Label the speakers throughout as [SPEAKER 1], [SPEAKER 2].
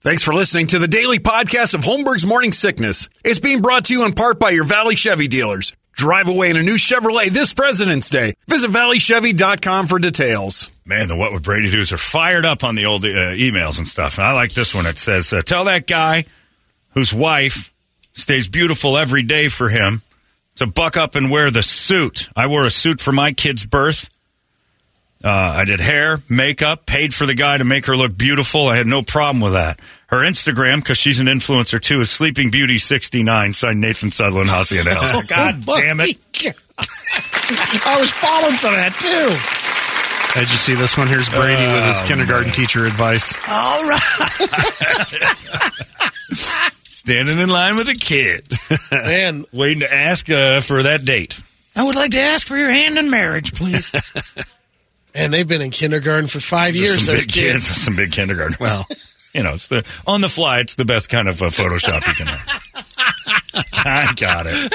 [SPEAKER 1] Thanks for listening to the daily podcast of Holmberg's Morning Sickness. It's being brought to you in part by your Valley Chevy dealers. Drive away in a new Chevrolet this President's Day. Visit valleychevy.com for details.
[SPEAKER 2] Man, the What Would Brady Do's are fired up on the old uh, emails and stuff. And I like this one. It says, uh, Tell that guy whose wife stays beautiful every day for him to buck up and wear the suit. I wore a suit for my kid's birth. Uh, I did hair, makeup, paid for the guy to make her look beautiful. I had no problem with that. Her Instagram, because she's an influencer too, is Sleeping Beauty 69, signed Nathan Sutherland, Hacienda Health. God damn it.
[SPEAKER 3] I was falling for that too.
[SPEAKER 4] Did you see this one? Here's Brady with his kindergarten teacher advice.
[SPEAKER 3] All right,
[SPEAKER 2] Standing in line with a kid,
[SPEAKER 3] man.
[SPEAKER 2] waiting to ask uh, for that date.
[SPEAKER 3] I would like to ask for your hand in marriage, please. and they've been in kindergarten for five years.
[SPEAKER 2] some
[SPEAKER 3] Those
[SPEAKER 2] big
[SPEAKER 3] kids.
[SPEAKER 2] kids. some big kindergarten. Well, you know, it's the on the fly. It's the best kind of uh, Photoshop you can have. I got it.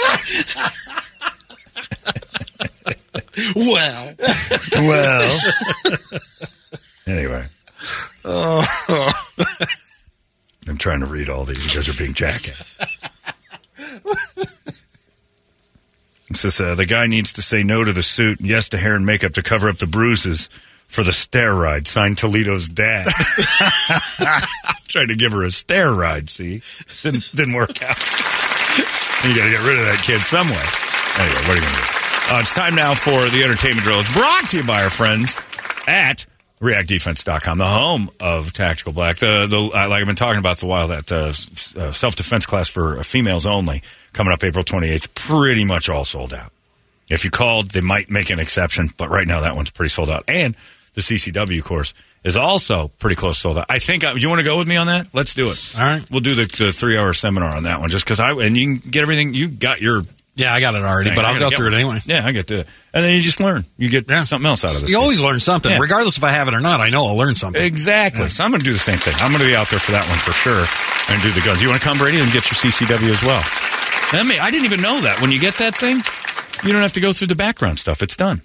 [SPEAKER 3] Well,
[SPEAKER 2] Well, anyway, I'm trying to read all these. You guys are being jackass. It says uh, the guy needs to say no to the suit, and yes to hair and makeup to cover up the bruises for the stair ride. Signed Toledo's dad. Trying to give her a stair ride. See, didn't didn't work out. You got to get rid of that kid some way. Anyway, what are you going to do? Uh, it's time now for the entertainment drill. It's brought to you by our friends at reactdefense.com, the home of Tactical Black. The, the uh, Like I've been talking about for a while, that uh, s- uh, self defense class for uh, females only coming up April 28th, pretty much all sold out. If you called, they might make an exception, but right now that one's pretty sold out. And the CCW course is also pretty close sold out. I think I, you want to go with me on that. Let's do it.
[SPEAKER 4] All right.
[SPEAKER 2] we'll do the, the three hour seminar on that one just because I and you can get everything. You got your,
[SPEAKER 4] Yeah, I got it already,
[SPEAKER 2] thing.
[SPEAKER 4] but
[SPEAKER 2] I
[SPEAKER 4] I'll
[SPEAKER 2] gotta
[SPEAKER 4] go
[SPEAKER 2] get
[SPEAKER 4] through it anyway.
[SPEAKER 2] one. Yeah, I get to, and then you just learn. You get
[SPEAKER 4] Yeah.
[SPEAKER 2] something else out of this.
[SPEAKER 4] You
[SPEAKER 2] thing.
[SPEAKER 4] always learn something,
[SPEAKER 2] Yeah.
[SPEAKER 4] regardless if I have it or not. I know I'll learn something.
[SPEAKER 2] Exactly. So I'm going to do the same thing. I'm going to be out there for that one for sure and do the guns. You want to come, Brady, and get your CCW as well. I mean, I didn't even know that. When you get that thing, you don't have to go through the background stuff. It's done.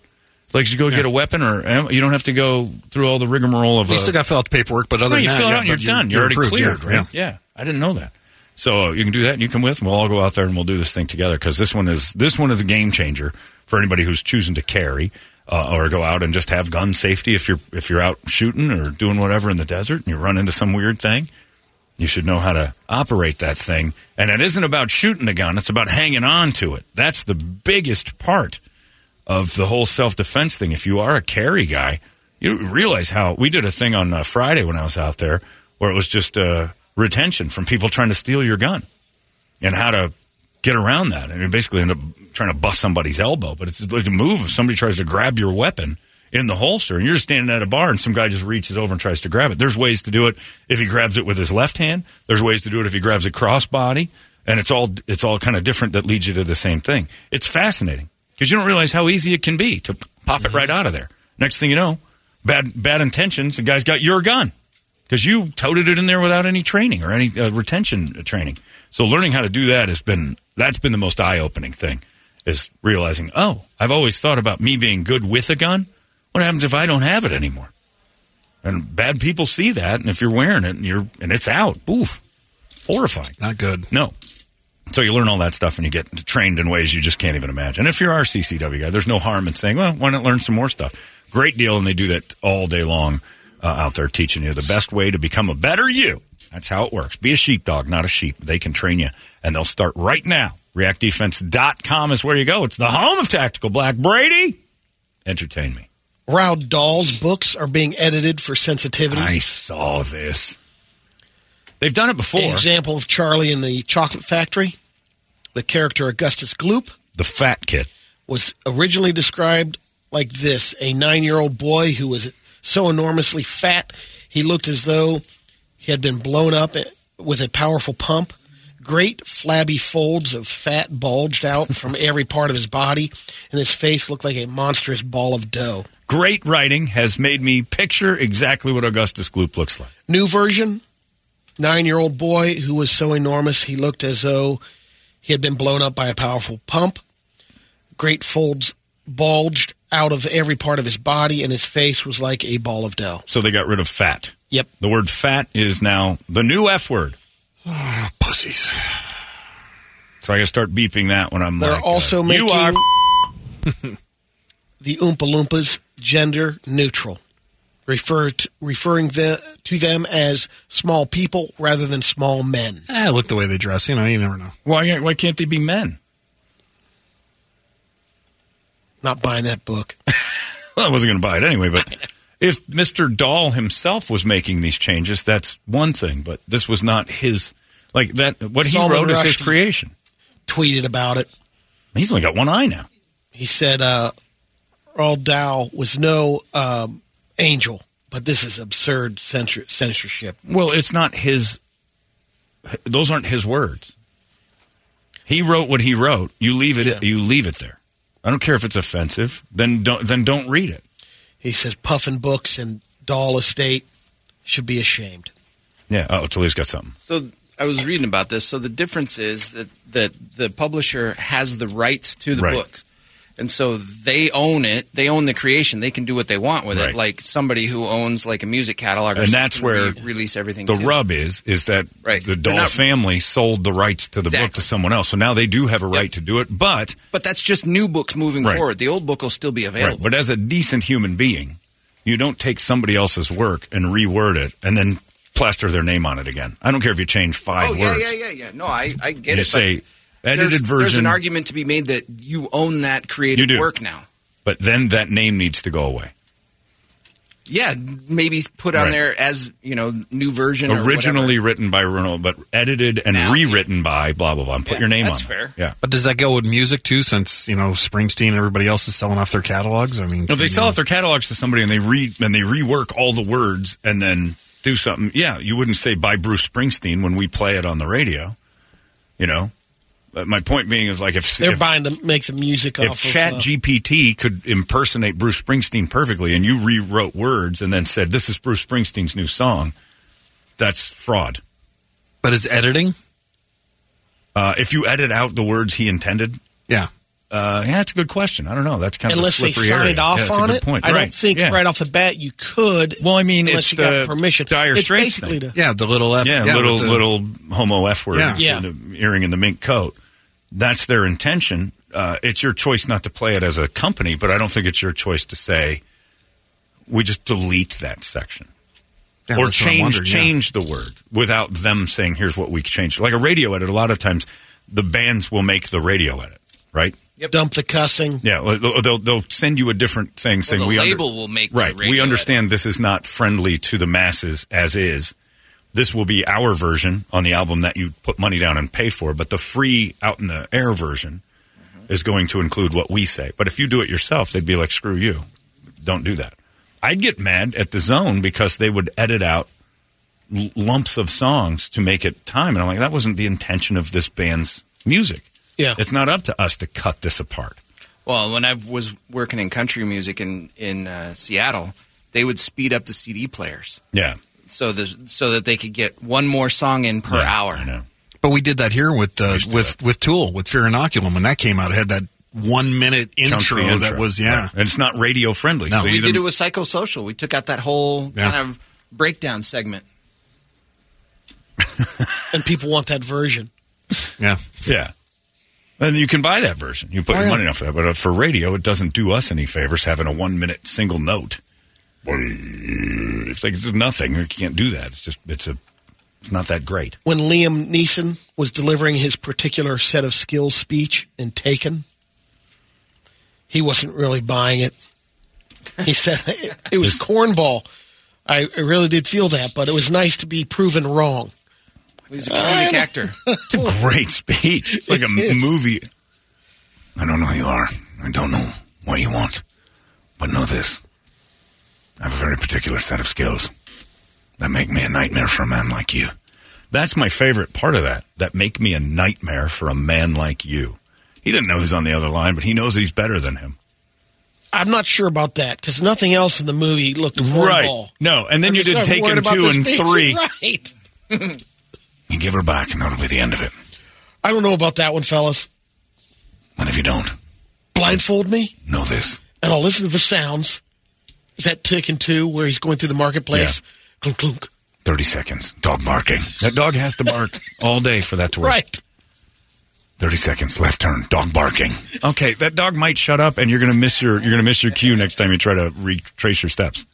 [SPEAKER 2] It's Like you go get a weapon, or am- you don't have to go through all the rigmarole of.
[SPEAKER 4] You
[SPEAKER 2] a-
[SPEAKER 4] still got to fill out the paperwork, but
[SPEAKER 2] no,
[SPEAKER 4] other
[SPEAKER 2] you
[SPEAKER 4] than
[SPEAKER 2] fill
[SPEAKER 4] that, yeah,
[SPEAKER 2] it out, and you're
[SPEAKER 4] but
[SPEAKER 2] done. You're, already
[SPEAKER 4] improved,
[SPEAKER 2] cleared.
[SPEAKER 4] yeah,
[SPEAKER 2] right? Yeah. I didn't know that. So you can do that, and you can with. And we'll all go out there and we'll do this thing together because this one is this one is a game changer for anybody who's choosing to carry uh, or go out and just have gun safety. If you're if you're out shooting or doing whatever in the desert and you run into some weird thing, you should know how to operate that thing. And it isn't about shooting the gun; it's about hanging on to it. That's the biggest part of the whole self defense thing. If you are a carry guy, you realize how we did a thing on uh, Friday when I was out there where it was just uh, retention from people trying to steal your gun and how to get around that. And you basically end up trying to bust somebody's elbow, but it's like a move if somebody tries to grab your weapon in the holster and you're just standing at a bar and some guy just reaches over and tries to grab it. There's ways to do it if he grabs it with his left hand. There's ways to do it if he grabs a crossbody. And it's all it's all kind of different that leads you to the same thing. It's fascinating because you don't realize how easy it can be to pop it right out of there. Next thing you know, bad bad intentions. The guy's got your gun because you toted it in there without any training or any uh, retention training. So learning how to do that has been that's been the most eye opening thing is realizing oh I've always thought about me being good with a gun. What happens if I don't have it anymore? And bad people see that, and if you're wearing it and you're and it's out, oof, horrifying.
[SPEAKER 4] Not good.
[SPEAKER 2] No. So you learn all that stuff and you get trained in ways you just can't even imagine. If you're our CCW guy, there's no harm in saying, well, why not learn some more stuff? Great deal. And they do that all day long uh, out there teaching you the best way to become a better you. That's how it works. Be a sheepdog, not a sheep. They can train you and they'll start right now. ReactDefense.com is where you go. It's the home of Tactical Black. Brady, entertain me.
[SPEAKER 3] Raoul Dahl's books are being edited for sensitivity.
[SPEAKER 2] saw this. They've done it
[SPEAKER 3] An
[SPEAKER 2] before.
[SPEAKER 3] example of Charlie in the Chocolate Factory. The character Augustus Gloop
[SPEAKER 2] The fat kid.
[SPEAKER 3] was originally described like this a nine year old boy who was so enormously fat, he looked as though he had been blown up with a powerful pump. Great flabby folds of fat bulged out from every part of his body, and his face looked like a monstrous ball of dough.
[SPEAKER 2] great writing has made me picture exactly what Augustus Gloop looks like.
[SPEAKER 3] New version nine year old boy who was so enormous he looked as though he had been blown up by a powerful pump. Great folds bulged out of every part of his body, and his face was like a ball of dough.
[SPEAKER 2] So they got rid of fat.
[SPEAKER 3] Yep.
[SPEAKER 2] The word fat is now the new F word. Ah,
[SPEAKER 1] Pussies.
[SPEAKER 2] So I got to start beeping that when I'm
[SPEAKER 3] They're
[SPEAKER 2] like,
[SPEAKER 3] also
[SPEAKER 2] uh,
[SPEAKER 3] making
[SPEAKER 2] you are
[SPEAKER 3] the Oompa Loompas gender neutral, refer to, referring the, to them as small people rather than small men.
[SPEAKER 4] Eh, look the way they dress. You know, you never know.
[SPEAKER 2] why why can't they be men?
[SPEAKER 3] Not buying that book.
[SPEAKER 2] Well, I wasn't going to buy it anyway, but if Mr. Dahl himself was making these changes, that's one thing, but this was not his like that what he
[SPEAKER 3] Salman
[SPEAKER 2] wrote is his
[SPEAKER 3] Rushdie.
[SPEAKER 2] creation.
[SPEAKER 3] Tweeted about it.
[SPEAKER 2] He's only got one eye now.
[SPEAKER 3] He said uh, Earl Dow was no um, angel, but this is absurd censor- censorship.
[SPEAKER 2] Well, it's not his those aren't his words. He wrote what he wrote. You leave it
[SPEAKER 3] Yeah.
[SPEAKER 2] you leave it there. I don't care if it's offensive. Then don't then don't read it.
[SPEAKER 3] He says Puffin Books and Doll Estate should be ashamed.
[SPEAKER 2] Yeah, oh, Tully's got something.
[SPEAKER 5] So I was reading about this. So the difference is that, that the publisher has the rights to the
[SPEAKER 2] Right.
[SPEAKER 5] books. And so they own it. They own the creation. They can do what they want with
[SPEAKER 2] Right.
[SPEAKER 5] it. Like somebody who owns like a music catalog, or
[SPEAKER 2] And
[SPEAKER 5] something
[SPEAKER 2] that's
[SPEAKER 5] can
[SPEAKER 2] where
[SPEAKER 5] re- release everything.
[SPEAKER 2] the
[SPEAKER 5] to.
[SPEAKER 2] rub is is that
[SPEAKER 5] Right.
[SPEAKER 2] the
[SPEAKER 5] They're
[SPEAKER 2] Dahl
[SPEAKER 5] not-
[SPEAKER 2] family sold the rights to the book
[SPEAKER 5] Exactly.
[SPEAKER 2] to someone else, so now they do have a right to do it. But
[SPEAKER 5] But that's just new books moving
[SPEAKER 2] Right.
[SPEAKER 5] forward. The old book will still be
[SPEAKER 2] right,
[SPEAKER 5] available.
[SPEAKER 2] but as a decent human being, you don't take somebody else's work and reword it and then plaster their name on it again. I don't care if you change five
[SPEAKER 5] Oh yeah,
[SPEAKER 2] words.
[SPEAKER 5] yeah, yeah, yeah. No, I, I get
[SPEAKER 2] You
[SPEAKER 5] it.
[SPEAKER 2] say
[SPEAKER 5] but
[SPEAKER 2] edited
[SPEAKER 5] there's, There's
[SPEAKER 2] version-
[SPEAKER 5] an argument to be made that you own that
[SPEAKER 2] You
[SPEAKER 5] creative
[SPEAKER 2] do.
[SPEAKER 5] work now.
[SPEAKER 2] But then that name needs to go away.
[SPEAKER 5] Yeah, maybe put on
[SPEAKER 2] Right.
[SPEAKER 5] there as you know new version. or
[SPEAKER 2] Originally written by Ronald, but edited and
[SPEAKER 5] Now, yeah.
[SPEAKER 2] rewritten by blah blah blah. And put
[SPEAKER 5] Yeah,
[SPEAKER 2] your name
[SPEAKER 5] that's
[SPEAKER 2] on. it.
[SPEAKER 5] fair.
[SPEAKER 2] Yeah.
[SPEAKER 4] But does that go with music too? Since you know Springsteen and everybody else is selling off their catalogs. I mean,
[SPEAKER 2] No, they
[SPEAKER 4] you
[SPEAKER 2] sell
[SPEAKER 4] know,
[SPEAKER 2] out their catalogs to somebody and they read and they rework all the words and then do something. Yeah, you wouldn't say by Bruce Springsteen when we play it on the radio. You know, But my point being is like if
[SPEAKER 3] They're
[SPEAKER 2] if,
[SPEAKER 3] buying to make the music
[SPEAKER 2] if
[SPEAKER 3] off
[SPEAKER 2] Chat
[SPEAKER 3] of, uh,
[SPEAKER 2] GPT could impersonate Bruce Springsteen perfectly and you rewrote words and then said this is Bruce Springsteen's new song, that's fraud.
[SPEAKER 4] But is editing?
[SPEAKER 2] Uh, if you edit out the words he intended,
[SPEAKER 4] Yeah.
[SPEAKER 2] uh, yeah, that's a good question. I don't know. That's kind
[SPEAKER 3] unless
[SPEAKER 2] of
[SPEAKER 3] they
[SPEAKER 2] a slippery
[SPEAKER 3] signed
[SPEAKER 2] area.
[SPEAKER 3] off
[SPEAKER 2] Yeah, that's a
[SPEAKER 3] on
[SPEAKER 2] good
[SPEAKER 3] it.
[SPEAKER 2] Point.
[SPEAKER 3] I
[SPEAKER 2] Right,
[SPEAKER 3] don't think
[SPEAKER 2] yeah.
[SPEAKER 3] right off the bat you could.
[SPEAKER 2] Well, I mean,
[SPEAKER 3] unless
[SPEAKER 2] it's
[SPEAKER 3] you got
[SPEAKER 2] the
[SPEAKER 3] permission.
[SPEAKER 2] Dire
[SPEAKER 3] it's
[SPEAKER 2] Straits
[SPEAKER 3] basically
[SPEAKER 2] thing.
[SPEAKER 3] the-
[SPEAKER 4] Yeah, the little F.
[SPEAKER 2] Yeah,
[SPEAKER 4] with
[SPEAKER 2] little
[SPEAKER 4] the-
[SPEAKER 2] little homo f word.
[SPEAKER 4] Yeah.
[SPEAKER 3] Yeah.
[SPEAKER 2] in the earring and the mink coat. That's their intention. Uh, it's your choice not to play it as a company, but I don't think it's your choice to say we just delete that section
[SPEAKER 4] Yeah,
[SPEAKER 2] or
[SPEAKER 4] that's what I'm
[SPEAKER 2] change
[SPEAKER 4] wondering, yeah.
[SPEAKER 2] change the word without them saying here's what we changed. Like a radio edit, a lot of times the bands will make the radio edit, right?
[SPEAKER 3] Dump the cussing.
[SPEAKER 2] Yeah, well, they'll they'll- they'll send you a different thing saying
[SPEAKER 5] the
[SPEAKER 2] we under-
[SPEAKER 5] label will make the
[SPEAKER 2] right. we
[SPEAKER 5] radio
[SPEAKER 2] understand this is not friendly to the masses as is. This will be our version on the album that you put money down and pay for, but the free out in the air version
[SPEAKER 5] Mm-hmm.
[SPEAKER 2] is going to include what we say. But if you do it yourself, they'd be like, "Screw you, don't do that." I'd get mad at the zone because they would edit out l- lumps of songs to make it time, and I'm like, that wasn't the intention of this band's music.
[SPEAKER 3] Yeah.
[SPEAKER 2] it's not up to us to cut this apart.
[SPEAKER 5] Well, when I was working in country music in in uh, Seattle, they would speed up the CD players
[SPEAKER 2] Yeah,
[SPEAKER 5] so the so that they could get one more song in per
[SPEAKER 2] Yeah,
[SPEAKER 5] hour.
[SPEAKER 2] I know.
[SPEAKER 4] But we did that here with uh,
[SPEAKER 2] used to
[SPEAKER 4] with with Tool with Fear Inoculum when that came out. It had that one minute intro,
[SPEAKER 2] Chunky
[SPEAKER 4] that was yeah.
[SPEAKER 2] Right. and it's not radio friendly.
[SPEAKER 4] No.
[SPEAKER 2] so
[SPEAKER 5] We
[SPEAKER 2] either-
[SPEAKER 5] did it with psychosocial. We took out that whole
[SPEAKER 4] Yeah.
[SPEAKER 5] kind of breakdown segment.
[SPEAKER 3] and people want that version.
[SPEAKER 4] yeah.
[SPEAKER 2] yeah. And you can buy that version. You put
[SPEAKER 4] Oh,
[SPEAKER 2] your
[SPEAKER 4] yeah.
[SPEAKER 2] money down for that. But uh, for radio, it doesn't do us any favors having a one minute single note. It's like it's nothing. You can't do that. It's just it's a it's not that great.
[SPEAKER 3] When Liam Neeson was delivering his particular set of skills speech in Taken, he wasn't really buying it. He said it was cornball. I I really did feel that, but it was nice to be proven wrong.
[SPEAKER 5] He's a
[SPEAKER 2] Uh,
[SPEAKER 5] comedic actor.
[SPEAKER 2] It's a great speech. It's like a
[SPEAKER 3] It is.
[SPEAKER 2] movie. I don't know who you are. I don't know what you want. But know this. I have a very particular set of skills that make me a nightmare for a man like you. That's my favorite part of that. That make me a nightmare for a man like you. He didn't know who's on the other line, but he knows he's better than him.
[SPEAKER 3] I'm not sure about that because nothing else in the movie looked cornball.
[SPEAKER 2] No, and then
[SPEAKER 3] I'm
[SPEAKER 2] you
[SPEAKER 3] just
[SPEAKER 2] did
[SPEAKER 3] not
[SPEAKER 2] take
[SPEAKER 3] worried
[SPEAKER 2] him
[SPEAKER 3] about
[SPEAKER 2] two
[SPEAKER 3] this
[SPEAKER 2] and
[SPEAKER 3] speech.
[SPEAKER 2] three.
[SPEAKER 3] Right.
[SPEAKER 2] You give her back, and that'll be the end of it.
[SPEAKER 3] I don't know about that one, fellas.
[SPEAKER 2] And if you don't,
[SPEAKER 3] Blindfold me?
[SPEAKER 2] know this.
[SPEAKER 3] and I'll listen to the sounds. Is that tick and two where he's going through the marketplace? Clunk, clunk.
[SPEAKER 2] 30 seconds. Dog barking. That dog has to bark all day for that to work.
[SPEAKER 3] Right.
[SPEAKER 2] 30 seconds left turn dog barking okay that dog might shut up and you're gonna miss your you're gonna miss your cue next time you try to retrace your steps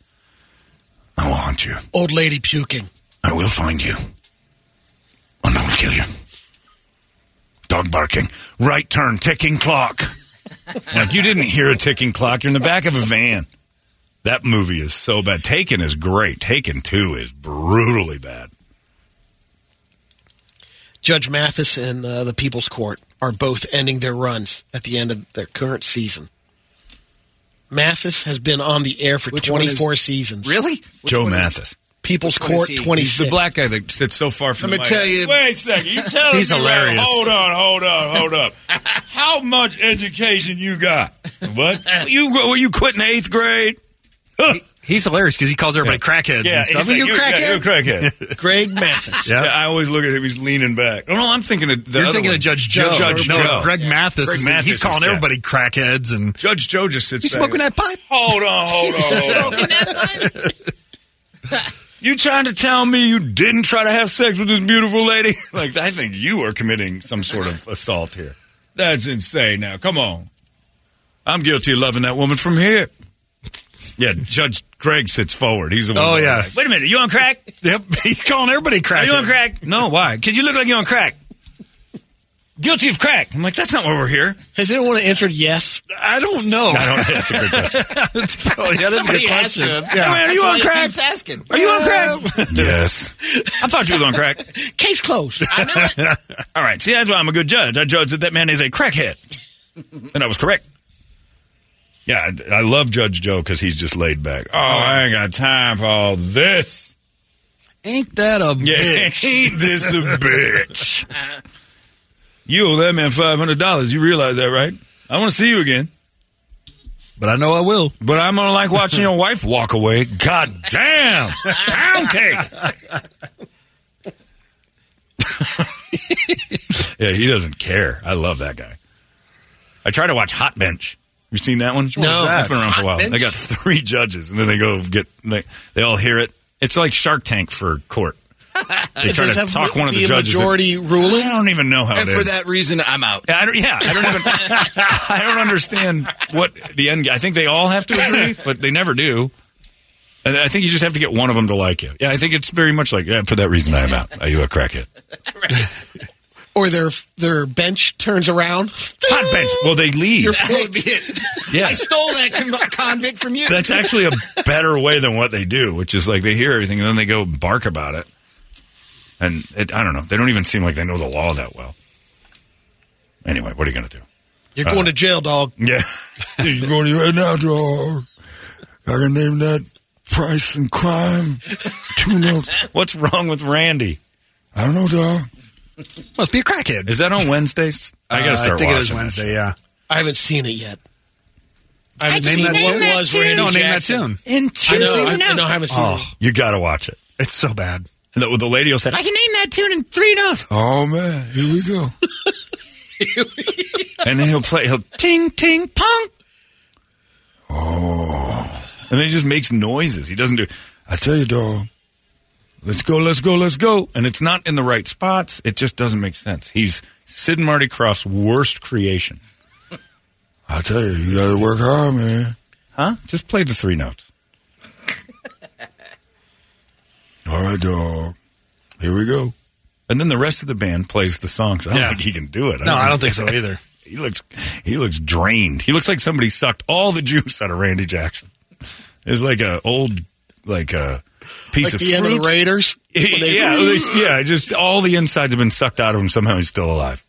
[SPEAKER 2] i will haunt you
[SPEAKER 3] Old lady puking.
[SPEAKER 2] i will find you and i will kill you dog barking right turn ticking clock like you didn't hear a ticking clock you're in the back of a van that movie is so bad taken is great taken 2 is brutally bad
[SPEAKER 3] Judge Mathis and uh, the People's Court are both ending their runs at the end of their current season. Mathis has been on the air for
[SPEAKER 5] Which one is-
[SPEAKER 3] 24 seasons.
[SPEAKER 5] Really? Which
[SPEAKER 2] joe
[SPEAKER 5] one is-
[SPEAKER 2] mathis
[SPEAKER 3] People's
[SPEAKER 5] Which one is
[SPEAKER 3] Court
[SPEAKER 5] he? He's the
[SPEAKER 3] 26.
[SPEAKER 2] He's the black guy that sits so far from.
[SPEAKER 5] Let
[SPEAKER 2] the
[SPEAKER 5] me
[SPEAKER 2] mic.
[SPEAKER 5] tell you-
[SPEAKER 2] Wait a second. You tell
[SPEAKER 4] He's
[SPEAKER 2] me that-
[SPEAKER 4] hilarious.
[SPEAKER 2] Hold on, hold on, hold up. How much education you got? What you were you quitting eighth grade?
[SPEAKER 4] He's hilarious because he calls everybody crackheads and
[SPEAKER 2] he's
[SPEAKER 4] stuff.
[SPEAKER 2] like,
[SPEAKER 4] you crackhead.
[SPEAKER 2] yeah, you crackhead.
[SPEAKER 3] Greg Mathis.
[SPEAKER 2] yeah, I always look at him. He's leaning back. Oh, no, I'm thinking of the
[SPEAKER 4] You're
[SPEAKER 2] other
[SPEAKER 4] thinking
[SPEAKER 2] one.
[SPEAKER 4] of Judge Joe.
[SPEAKER 2] Judge
[SPEAKER 4] no,
[SPEAKER 2] Joe.
[SPEAKER 4] Greg Mathis.
[SPEAKER 2] Greg
[SPEAKER 4] is-
[SPEAKER 2] Mathis
[SPEAKER 4] he's calling
[SPEAKER 2] is- yeah.
[SPEAKER 4] everybody crackheads and
[SPEAKER 2] Judge Joe just sits.
[SPEAKER 4] you
[SPEAKER 2] back.
[SPEAKER 4] smoking that pipe.
[SPEAKER 2] Hold on, hold on, hold on. you trying to tell me you didn't try to have sex with this beautiful lady? Like, I think you are committing some sort of assault here. That's insane now. Come on. I'm guilty of loving that woman from here. Yeah, Judge Craig sits forward. He's the one.
[SPEAKER 4] Oh,
[SPEAKER 2] going
[SPEAKER 4] yeah.
[SPEAKER 2] like, Wait a minute. You on crack?
[SPEAKER 4] Yep, he's calling everybody
[SPEAKER 2] Are
[SPEAKER 4] crackheads.
[SPEAKER 2] you on crack? No, why? Because you look like you're on crack. Guilty of crack. I'm like, that's not why we're here.
[SPEAKER 3] Has anyone answered yes?
[SPEAKER 4] I don't know.
[SPEAKER 2] I don't that's a good question.
[SPEAKER 4] oh, yeah, that's
[SPEAKER 5] Somebody
[SPEAKER 4] a good
[SPEAKER 5] has to
[SPEAKER 4] question.
[SPEAKER 5] have-
[SPEAKER 4] Yeah.
[SPEAKER 2] Are
[SPEAKER 5] That's
[SPEAKER 2] you
[SPEAKER 5] why
[SPEAKER 2] on
[SPEAKER 5] he
[SPEAKER 2] crack?
[SPEAKER 5] keeps asking.
[SPEAKER 2] Are you on crack? yes. I thought you was on crack.
[SPEAKER 3] Case closed.
[SPEAKER 2] All right. See, that's why I'm a good judge. I judge that that man is a crackhead, and I was correct. Yeah, I, I love Judge Joe because he's just laid back. Oh, I ain't got time for all this.
[SPEAKER 4] Ain't that a
[SPEAKER 2] Yeah,
[SPEAKER 4] bitch?
[SPEAKER 2] ain't this a bitch? you owe that man five hundred dollars. You realize that, right? I want to see you again,
[SPEAKER 4] But I know I will.
[SPEAKER 2] but I'm gonna like watching your wife walk away. God damn, pound cake. yeah, he doesn't care. I love that guy. I try to watch Hot Bench. You seen that one?
[SPEAKER 3] No.
[SPEAKER 2] it's been around for a
[SPEAKER 3] Hot
[SPEAKER 2] while. They
[SPEAKER 3] Bench?
[SPEAKER 2] got three judges, and then they go get they, they all hear it. It's like Shark Tank for court. They try
[SPEAKER 3] Does
[SPEAKER 2] to
[SPEAKER 3] have
[SPEAKER 2] talk one of
[SPEAKER 3] be
[SPEAKER 2] the
[SPEAKER 3] a
[SPEAKER 2] judges. in-
[SPEAKER 3] majority
[SPEAKER 2] I
[SPEAKER 3] ruling?
[SPEAKER 2] don't even know how
[SPEAKER 5] And
[SPEAKER 2] it
[SPEAKER 5] for
[SPEAKER 2] is.
[SPEAKER 5] that reason, I'm out.
[SPEAKER 2] I don't, yeah, I don't even. I don't understand what the end. I think they all have to agree, but they never do. And I think you just have to get one of them to like you. Yeah, I think it's very much like yeah, for that reason I'm out. Are you a crackhead?
[SPEAKER 3] Or their their bench turns around?
[SPEAKER 2] Hot bench. Well, they leave.
[SPEAKER 5] I did.
[SPEAKER 2] yeah,
[SPEAKER 5] I stole that con- convict from you.
[SPEAKER 2] that's actually a better way than what they do, which is like they hear everything and then they go bark about it. And it, I don't know. They don't even seem like they know the law that well. Anyway, what are you going to do?
[SPEAKER 3] You're going to jail, dog.
[SPEAKER 2] Yeah. He's going to right now, dog. I can name that price and crime. Two notes. What's wrong with Randy? I don't know, dog.
[SPEAKER 4] Must be a crackhead.
[SPEAKER 2] Is that on Wednesdays? I
[SPEAKER 4] Uh,
[SPEAKER 2] gotta start
[SPEAKER 4] I think it is
[SPEAKER 2] watching that
[SPEAKER 4] Wednesday.
[SPEAKER 2] shit.
[SPEAKER 4] Yeah.
[SPEAKER 3] I haven't seen it yet. I haven't
[SPEAKER 4] Name
[SPEAKER 3] seen
[SPEAKER 4] that-
[SPEAKER 3] what
[SPEAKER 4] name that
[SPEAKER 3] was Randy
[SPEAKER 4] no, name that
[SPEAKER 3] Jackson.
[SPEAKER 4] tune.
[SPEAKER 3] I know, I, I know, I
[SPEAKER 2] Oh,
[SPEAKER 3] haven't seen it.
[SPEAKER 2] You gotta watch it.
[SPEAKER 4] It's so bad.
[SPEAKER 2] And the, the lady will say, "I can name that tune in three notes." Oh man, here we go. and then he'll play. He'll ting ting pong. Oh, and then he just makes noises. He doesn't do. I tell you, dog. Let's go, let's go, let's go. And it's not in the right spots. It just doesn't make sense. He's Sid and Marty Croft's worst creation. I tell you, you gotta work hard, man. Huh? Just play the three notes. All right, dog. Here we go. And then the rest of the band plays the songs. I don't
[SPEAKER 4] Yeah.
[SPEAKER 2] think he can do it.
[SPEAKER 4] No, I don't think so either.
[SPEAKER 2] He looks he looks drained. He looks like somebody sucked all the juice out of Randy Jackson. It's like a old like a piece
[SPEAKER 3] Like
[SPEAKER 2] of
[SPEAKER 3] the end of
[SPEAKER 2] fruit.
[SPEAKER 3] the Raiders. when they-
[SPEAKER 2] yeah, they- yeah. Just all the insides have been sucked out of him. Somehow he's still alive.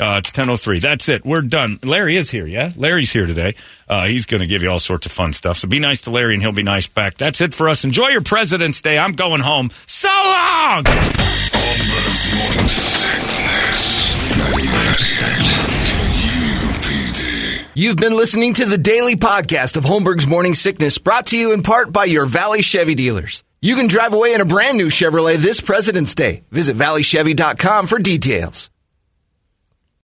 [SPEAKER 2] Uh, it's ten oh three. That's it. We're done. Larry is here. Yeah, Larry's here today. Uh, he's going to give you all sorts of fun stuff. So be nice to Larry, and he'll be nice back. That's it for us. Enjoy your President's Day. I'm going home. So long.
[SPEAKER 6] You've been listening to the daily podcast of Holmberg's Morning Sickness, brought to you in part by your Valley Chevy dealers. You can drive away in a brand new Chevrolet this President's Day. Visit valleychevy.com for details.